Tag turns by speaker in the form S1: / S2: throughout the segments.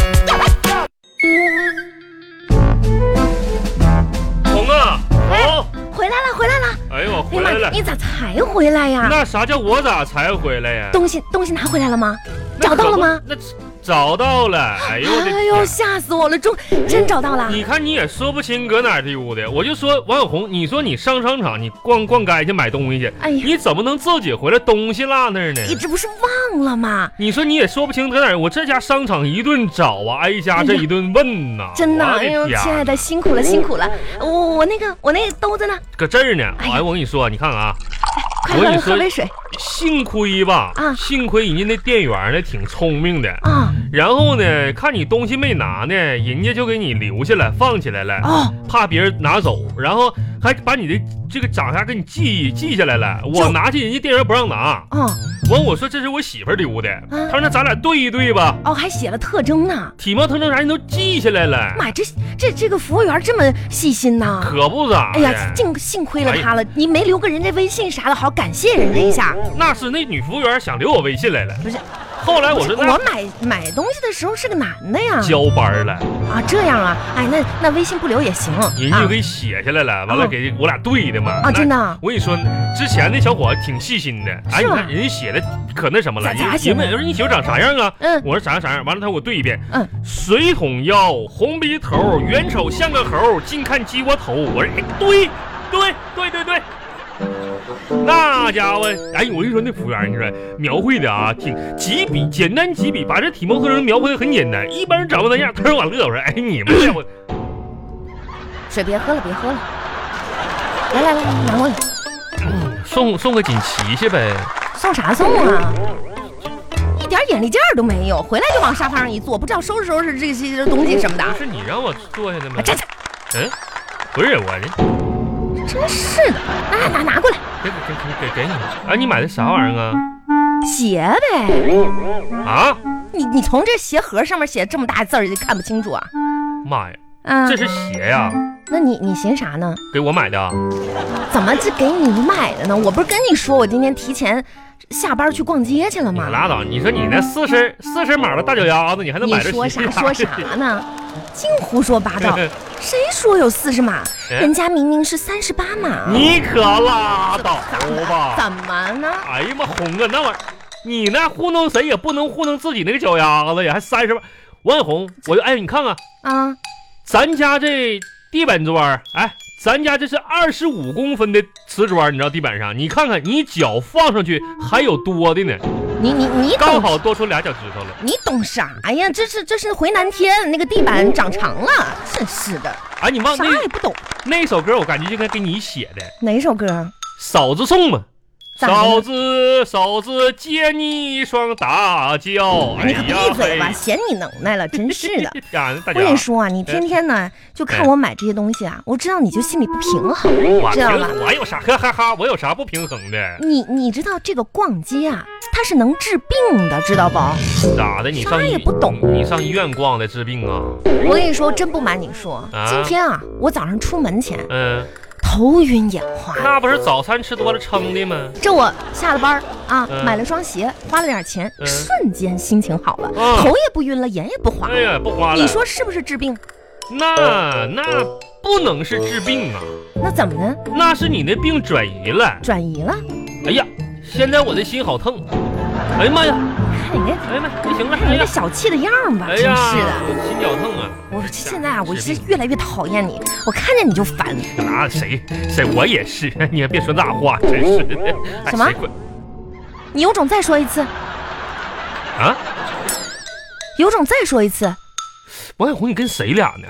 S1: 啊哎来？
S2: 哎你咋才回来呀？
S1: 那啥叫我咋才回来呀？
S2: 东西东西拿回来了吗？
S1: 那可
S2: 找到了
S1: 不
S2: 吗？？
S1: 那找到了。哎呦我的
S2: 哎
S1: 天！
S2: 呦，吓死我了！终真找到了。
S1: 你看你也说不清搁哪儿丢的，我就说王小红，你说你上商场，你逛逛街去买东西去，
S2: 哎呀，
S1: 你怎么能自己回来东西落那儿呢？
S2: 你这不是忘了吗？
S1: 你说你也说不清搁哪儿，我这家商场一顿找啊，挨家这一顿问呐、
S2: 哎真的，
S1: 我
S2: 哎
S1: 的
S2: 呦，亲
S1: 天啊
S2: 爱的，辛苦了，辛苦了。我我那个我那个兜子呢？
S1: 搁这儿呢。
S2: 哎呀
S1: 哎，我跟你说，你看看啊，
S2: 快
S1: 我跟你
S2: 喝
S1: 说
S2: 喝杯水
S1: 幸亏吧，
S2: 啊
S1: 幸亏人家那店员呢挺聪明的，
S2: 啊！
S1: 然后呢，看你东西没拿呢，人家就给你留下来，放起来了。
S2: 哦，
S1: 怕别人拿走，然后还把你的这个长相给你记记下来了。我
S2: 就
S1: 拿去，人家店员不让拿。
S2: 哦
S1: 完，我说这是我媳妇儿丢的。
S2: 啊
S1: 他说那咱俩对一对吧，
S2: 哦，还写了特征呢。
S1: 体貌特征啥你都记下来了，
S2: 妈，这这这个服务员这么细心呐！
S1: 可哎不咋
S2: 哎呀，
S1: 的。
S2: 幸幸亏了他了，你没留个人家微信啥的，好感谢人家一下。
S1: 那是那女服务员想留我微信来了，
S2: 不是，
S1: 后来我说
S2: 我
S1: 那
S2: 买买东西的时候是个男的呀。
S1: 交班儿了，
S2: 啊，这样啊，哎，那那微信不留也行。啊
S1: 人家就给写下来了，完了
S2: 哦
S1: 给我俩对的嘛。
S2: 啊，啊真的。啊。
S1: 我跟你说，之前那小伙子挺细心的，哎，
S2: 是
S1: 你
S2: 吗
S1: 看人家写的可那什么了，
S2: 咋咋
S1: 人
S2: 写
S1: 人
S2: 的
S1: 问人家你媳妇长啥样啊？
S2: 嗯
S1: 我说啥样啥样，完了他给我对一遍，
S2: 嗯，
S1: 水桶腰，红鼻头，远瞅像个猴，近看鸡窝头。我说哎，对，对，对对对。那家伙，哎，我跟你说，那服务员，你说描绘的啊，挺几笔，简单几笔，把这体貌特征描绘的很简单，一般人掌握那样。他让我乐，我说，哎，你们这我
S2: 水别喝了，别喝了。来来来，拿过来，
S1: 送送个锦旗去呗。
S2: 送啥送啊？一点眼力劲儿都没有，回来就往沙发上一坐，不知道收拾收拾这些东西什么的。
S1: 不是你让我坐下的吗
S2: 啊，？站起
S1: 嗯，不是我这
S2: 来，真是的，拿拿拿过来，
S1: 给给给给给你啊！你买的啥玩意儿啊？
S2: 鞋呗。
S1: 啊，
S2: 你你从这鞋盒上面写这么大字儿，就看不清楚啊。
S1: 妈呀，
S2: 啊
S1: 这，是鞋呀、
S2: 那你你寻啥呢？
S1: 给我买的啊。
S2: 怎么这给你买的呢？我不是跟你说我今天提前下班去逛街去了
S1: 你
S2: 吗
S1: 可？拉倒！你说你那四十四十码的大脚丫子，你还能
S2: 你
S1: 买这
S2: 说
S1: 鞋
S2: 啥 说啥呢？净胡说八道！谁说有四十码？
S1: 哎
S2: 人家明明是三十八码。
S1: 你可拉倒吧！
S2: 怎么呢？
S1: 哎呀妈，红啊，那玩意儿，你那糊弄谁也不能糊弄自己那个脚丫子呀，还三十码。王小红，我就哎，你看看
S2: 啊，
S1: 咱家这地板砖儿，哎，咱家这是二十五公分的瓷砖儿，你知道地板上，你看看你脚放上去还有多的呢。
S2: 你你你
S1: 刚
S2: 懂
S1: 好多出俩脚趾头了。
S2: 你懂啥呀？这是这是回南天那个地板长长了，真是的，
S1: 哎，你忘
S2: 啥
S1: 那
S2: 也不懂。
S1: 那首歌，我感觉就该给你写的《
S2: 哪首歌？
S1: 嫂子送》吧。
S2: 咋的呢
S1: 嫂子，嫂子借你一双大脚。哎
S2: 你可
S1: 呀
S2: 闭嘴吧，
S1: 嘿
S2: 嫌你能耐了，真是 的。
S1: 呀，那大
S2: 啊我跟
S1: 家
S2: 你，说啊，你天天呢就
S1: 哎
S2: 看我买这些东西啊，我知道你就心里不平衡，
S1: 我
S2: 知道吧
S1: 平我有啥？哈哈哈，我有啥不平衡的？
S2: 你你知道这个逛街啊，它是能治病的，知道不？
S1: 咋的？你
S2: 嗯啥
S1: 上医
S2: 也不懂
S1: 你你上医院逛的治病啊？
S2: 我跟你说，真不瞒你说，
S1: 啊
S2: 今天啊，我早上出门前
S1: 嗯，
S2: 头晕眼花，
S1: 那不是早餐吃多了撑的吗？
S2: 这我下了班儿啊，
S1: 嗯
S2: 买了双鞋，花了点钱，
S1: 嗯
S2: 瞬间心情好了，
S1: 嗯
S2: 头也不晕了，眼也不花。
S1: 哎呀，不花了。
S2: 你说是不是治病？
S1: 那那不能是治病啊，
S2: 那怎么呢？
S1: 那是你的病转移了。
S2: 转移了？
S1: 哎呀，现在我的心好疼！哎呀妈呀！
S2: 看你
S1: 哎呀妈呀，不行了！
S2: 这，看
S1: 哎
S2: 你这
S1: 呀，
S2: 小气的样儿吧，
S1: 哎
S2: 真是
S1: 呀
S2: 的。，
S1: 心绞痛啊！
S2: 我这现在啊，我
S1: 治
S2: 是
S1: 病
S2: 越来越讨厌你，我看见你就烦。
S1: 那谁谁我也是， 你也别说那话，真是的。哎
S2: 什么
S1: 谁管
S2: 你有种再说一次，
S1: 啊？
S2: 有种再说一次，
S1: 王小红，你跟谁俩呢？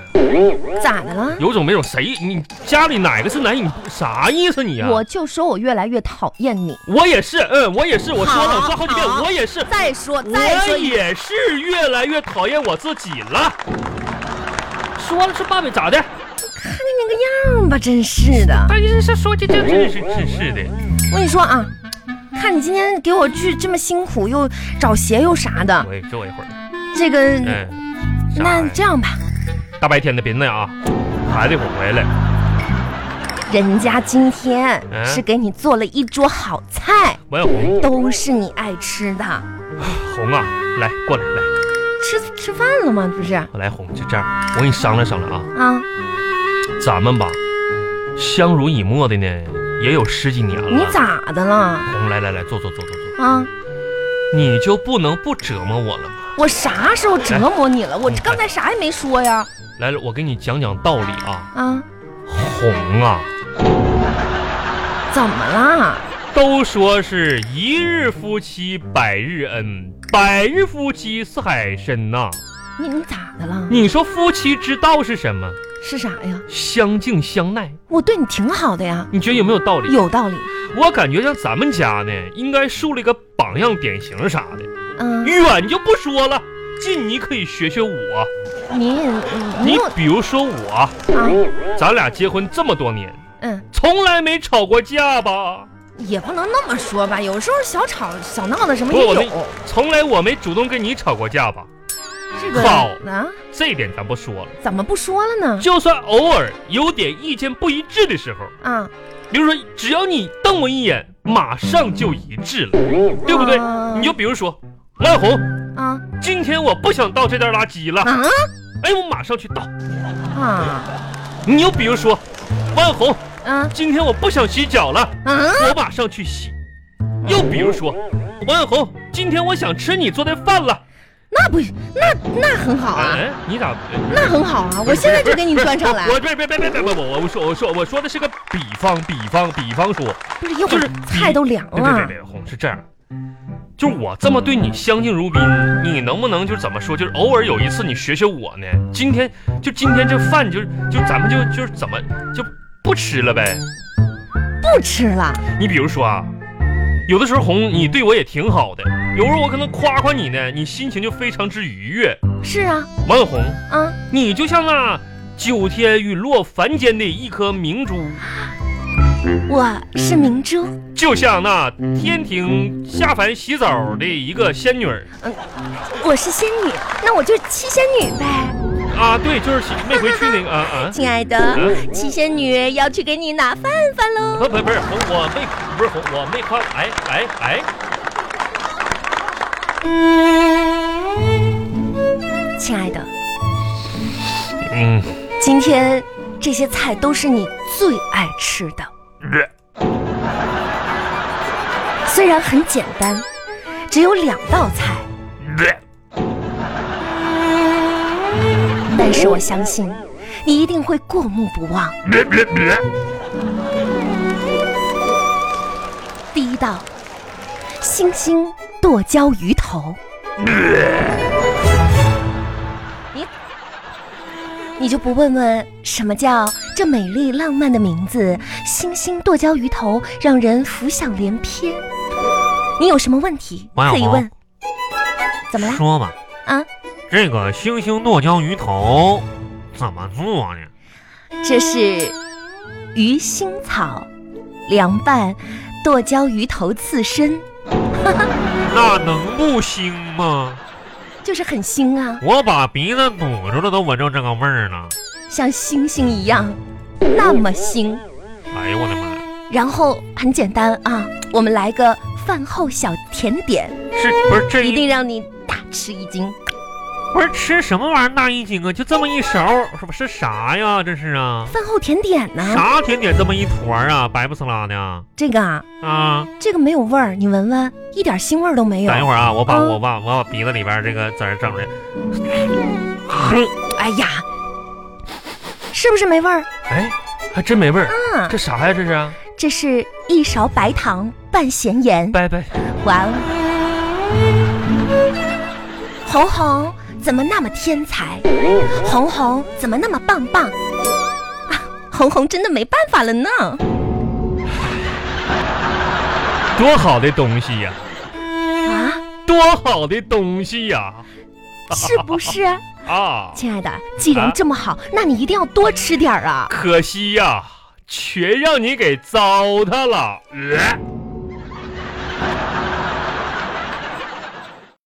S2: 咋的了？
S1: 有种没种？谁？你家里哪个是男？你啥意思你啊？
S2: 我就说我越来越讨厌你。
S1: 我也是，嗯，我也是，我说了，我说好几遍，
S2: 好
S1: 我也是，
S2: 再说，再
S1: 我
S2: 说一
S1: 也是越来越讨厌我自己了。说了是半辈咋的？
S2: 那个样儿吧，真是的。
S1: 但是这说这这真是真是的。
S2: 我跟你说啊，看你今天给我去这么辛苦，又找鞋又啥的，
S1: 我也坐一会儿。
S2: 这个，
S1: 嗯，啥玩
S2: 那
S1: 意儿
S2: 这样吧，
S1: 大白天的别那样啊，孩子一会儿回来。
S2: 人家今天
S1: 嗯
S2: 是给你做了一桌好菜，
S1: 王小红，
S2: 都是你爱吃的。
S1: 红啊，来过来来，
S2: 吃吃饭了吗？不是啊，
S1: 我来红，就这样，我嗯跟你商量商量啊，咱们吧，相濡以沫的呢，也有十几年了。
S2: 你咋的了
S1: 红，来来来，坐坐坐坐坐，
S2: 啊？
S1: 你就不能不折磨我了吗？
S2: 我啥时候折磨你了？我这刚才啥也没说呀！
S1: 来了，我给你讲讲道理啊。
S2: 啊，
S1: 红啊，
S2: 怎么啦？
S1: 都说是一日夫妻百日恩，百日夫妻似海深呐、
S2: 你你咋的了？
S1: 你说夫妻之道是什么？
S2: 是啥呀？
S1: 相敬相耐，
S2: 我对你挺好的呀，
S1: 你觉得有没有道理？
S2: 有道理。
S1: 我感觉像咱们家呢，应该树立个榜样典型啥的。
S2: 嗯，
S1: 远就不说了，近你可以学学我。
S2: 你你
S1: 你
S2: 有
S1: 比如说我，
S2: 啊？
S1: 咱俩结婚这么多年，
S2: 嗯，
S1: 从来没吵过架吧？
S2: 也不能那么说吧，有时候小吵小闹的什么
S1: 不
S2: 也
S1: 我们
S2: 有。
S1: 从来我没主动跟你吵过架吧？
S2: 这个
S1: 好
S2: 啊，
S1: 这一点咱不说了。
S2: 怎么不说了呢？
S1: 就算偶尔有点意见不一致的时候，
S2: 啊，
S1: 比如说只要你瞪我一眼，马上就一致了，对不对？
S2: 啊
S1: 你就比如说，万红，
S2: 啊
S1: 今天我不想倒这袋垃圾了，
S2: 啊
S1: 哎，我马上去倒。
S2: 啊
S1: 你又比如说，万红，
S2: 啊
S1: 今天我不想洗脚了，
S2: 啊！
S1: 我马上去洗。又比如说，万红，今天我想吃你做的饭了。
S2: 那不那那很好啊，
S1: 哎，你咋？
S2: 那很好啊，我现在就给你端上来
S1: 不。是不是不是不是不是不是不是我我说我说我说的是个比方比方比方说，
S2: 不是一会
S1: 就
S2: 儿
S1: 是
S2: 哎菜都凉
S1: 对对对
S2: 了，
S1: 对，红是这样的，就是我这么对你相敬如宾，你能不能就是怎么说，就是偶尔有一次你学学我呢？今天就今天这饭就是就咱们就就是怎么就不吃了呗？
S2: 不吃了。
S1: 你比如说啊，有的时候红你对我也挺好的，有时候我可能夸夸你呢，你心情就非常之愉悦。
S2: 是啊，
S1: 王小红，
S2: 啊，
S1: 你就像那九天陨落凡间的一颗明珠，
S2: 我是明珠。
S1: 就像那天庭下凡洗澡的一个仙女儿
S2: 我是仙女，那我就七仙女呗。
S1: 啊，对，就是洗那回去那个啊啊。
S2: 亲爱
S1: 啊
S2: 的，七仙女要去给你拿饭饭喽。
S1: 不不不是红，我没不是红，我没夸，哎哎哎，
S2: 亲爱的，
S1: 嗯，
S2: 今天这些菜都是你最爱吃的，虽然很简单，只有两道菜，但是我相信你一定会过目不忘。第一道，星星剁椒鱼头。你，你就不问问什么叫这美丽浪漫的名字“星星剁椒鱼头”，让人浮想联翩。你有什么问题
S3: 王小
S2: 可以
S3: 红
S2: 问？怎么了？
S3: 说吧，
S2: 啊，
S3: 这个星星剁椒鱼头怎么做呢？
S2: 这是鱼腥草凉拌剁椒鱼头刺身，
S3: 那能不腥吗？
S2: 就是很腥啊，
S3: 我把鼻子堵住了，都闻着这个味儿了。
S2: 像星星一样，那么腥。
S3: 哎呦我的妈！
S2: 然后很简单啊，我们来个饭后小甜点，
S3: 是不是这
S2: 一
S3: 一
S2: 定让你大吃一惊。
S3: 不是吃什么玩意儿大一惊啊？就这么一勺，是不是啥呀？这是啊，
S2: 饭后甜点呢、
S3: 啥甜点这么一坨儿啊？白不呲啦的啊
S2: 这个啊，
S3: 啊！
S2: 这个没有味儿，你闻闻，一点腥味儿都没有
S1: 哎
S3: 等一。会儿啊，我把
S2: 嗯
S3: 我把我把鼻子里边这个籽儿整出来。
S2: 哎呀，是不是没味儿？
S1: 哎，还真没味儿，
S2: 啊，
S1: 这啥呀？这是？
S2: 这是一勺白糖拌咸盐。
S1: 拜拜，
S2: 哇哦！红红怎么那么天才？红红怎么那么棒棒？啊，红红真的没办法了呢。
S1: 多好的东西呀、
S2: 啊，
S1: 多好的东西呀、
S2: 是不是？
S1: 啊，
S2: 亲爱的，既然这么好，那你一定要多吃点儿啊！
S1: 可惜呀、全让你给糟蹋了。呃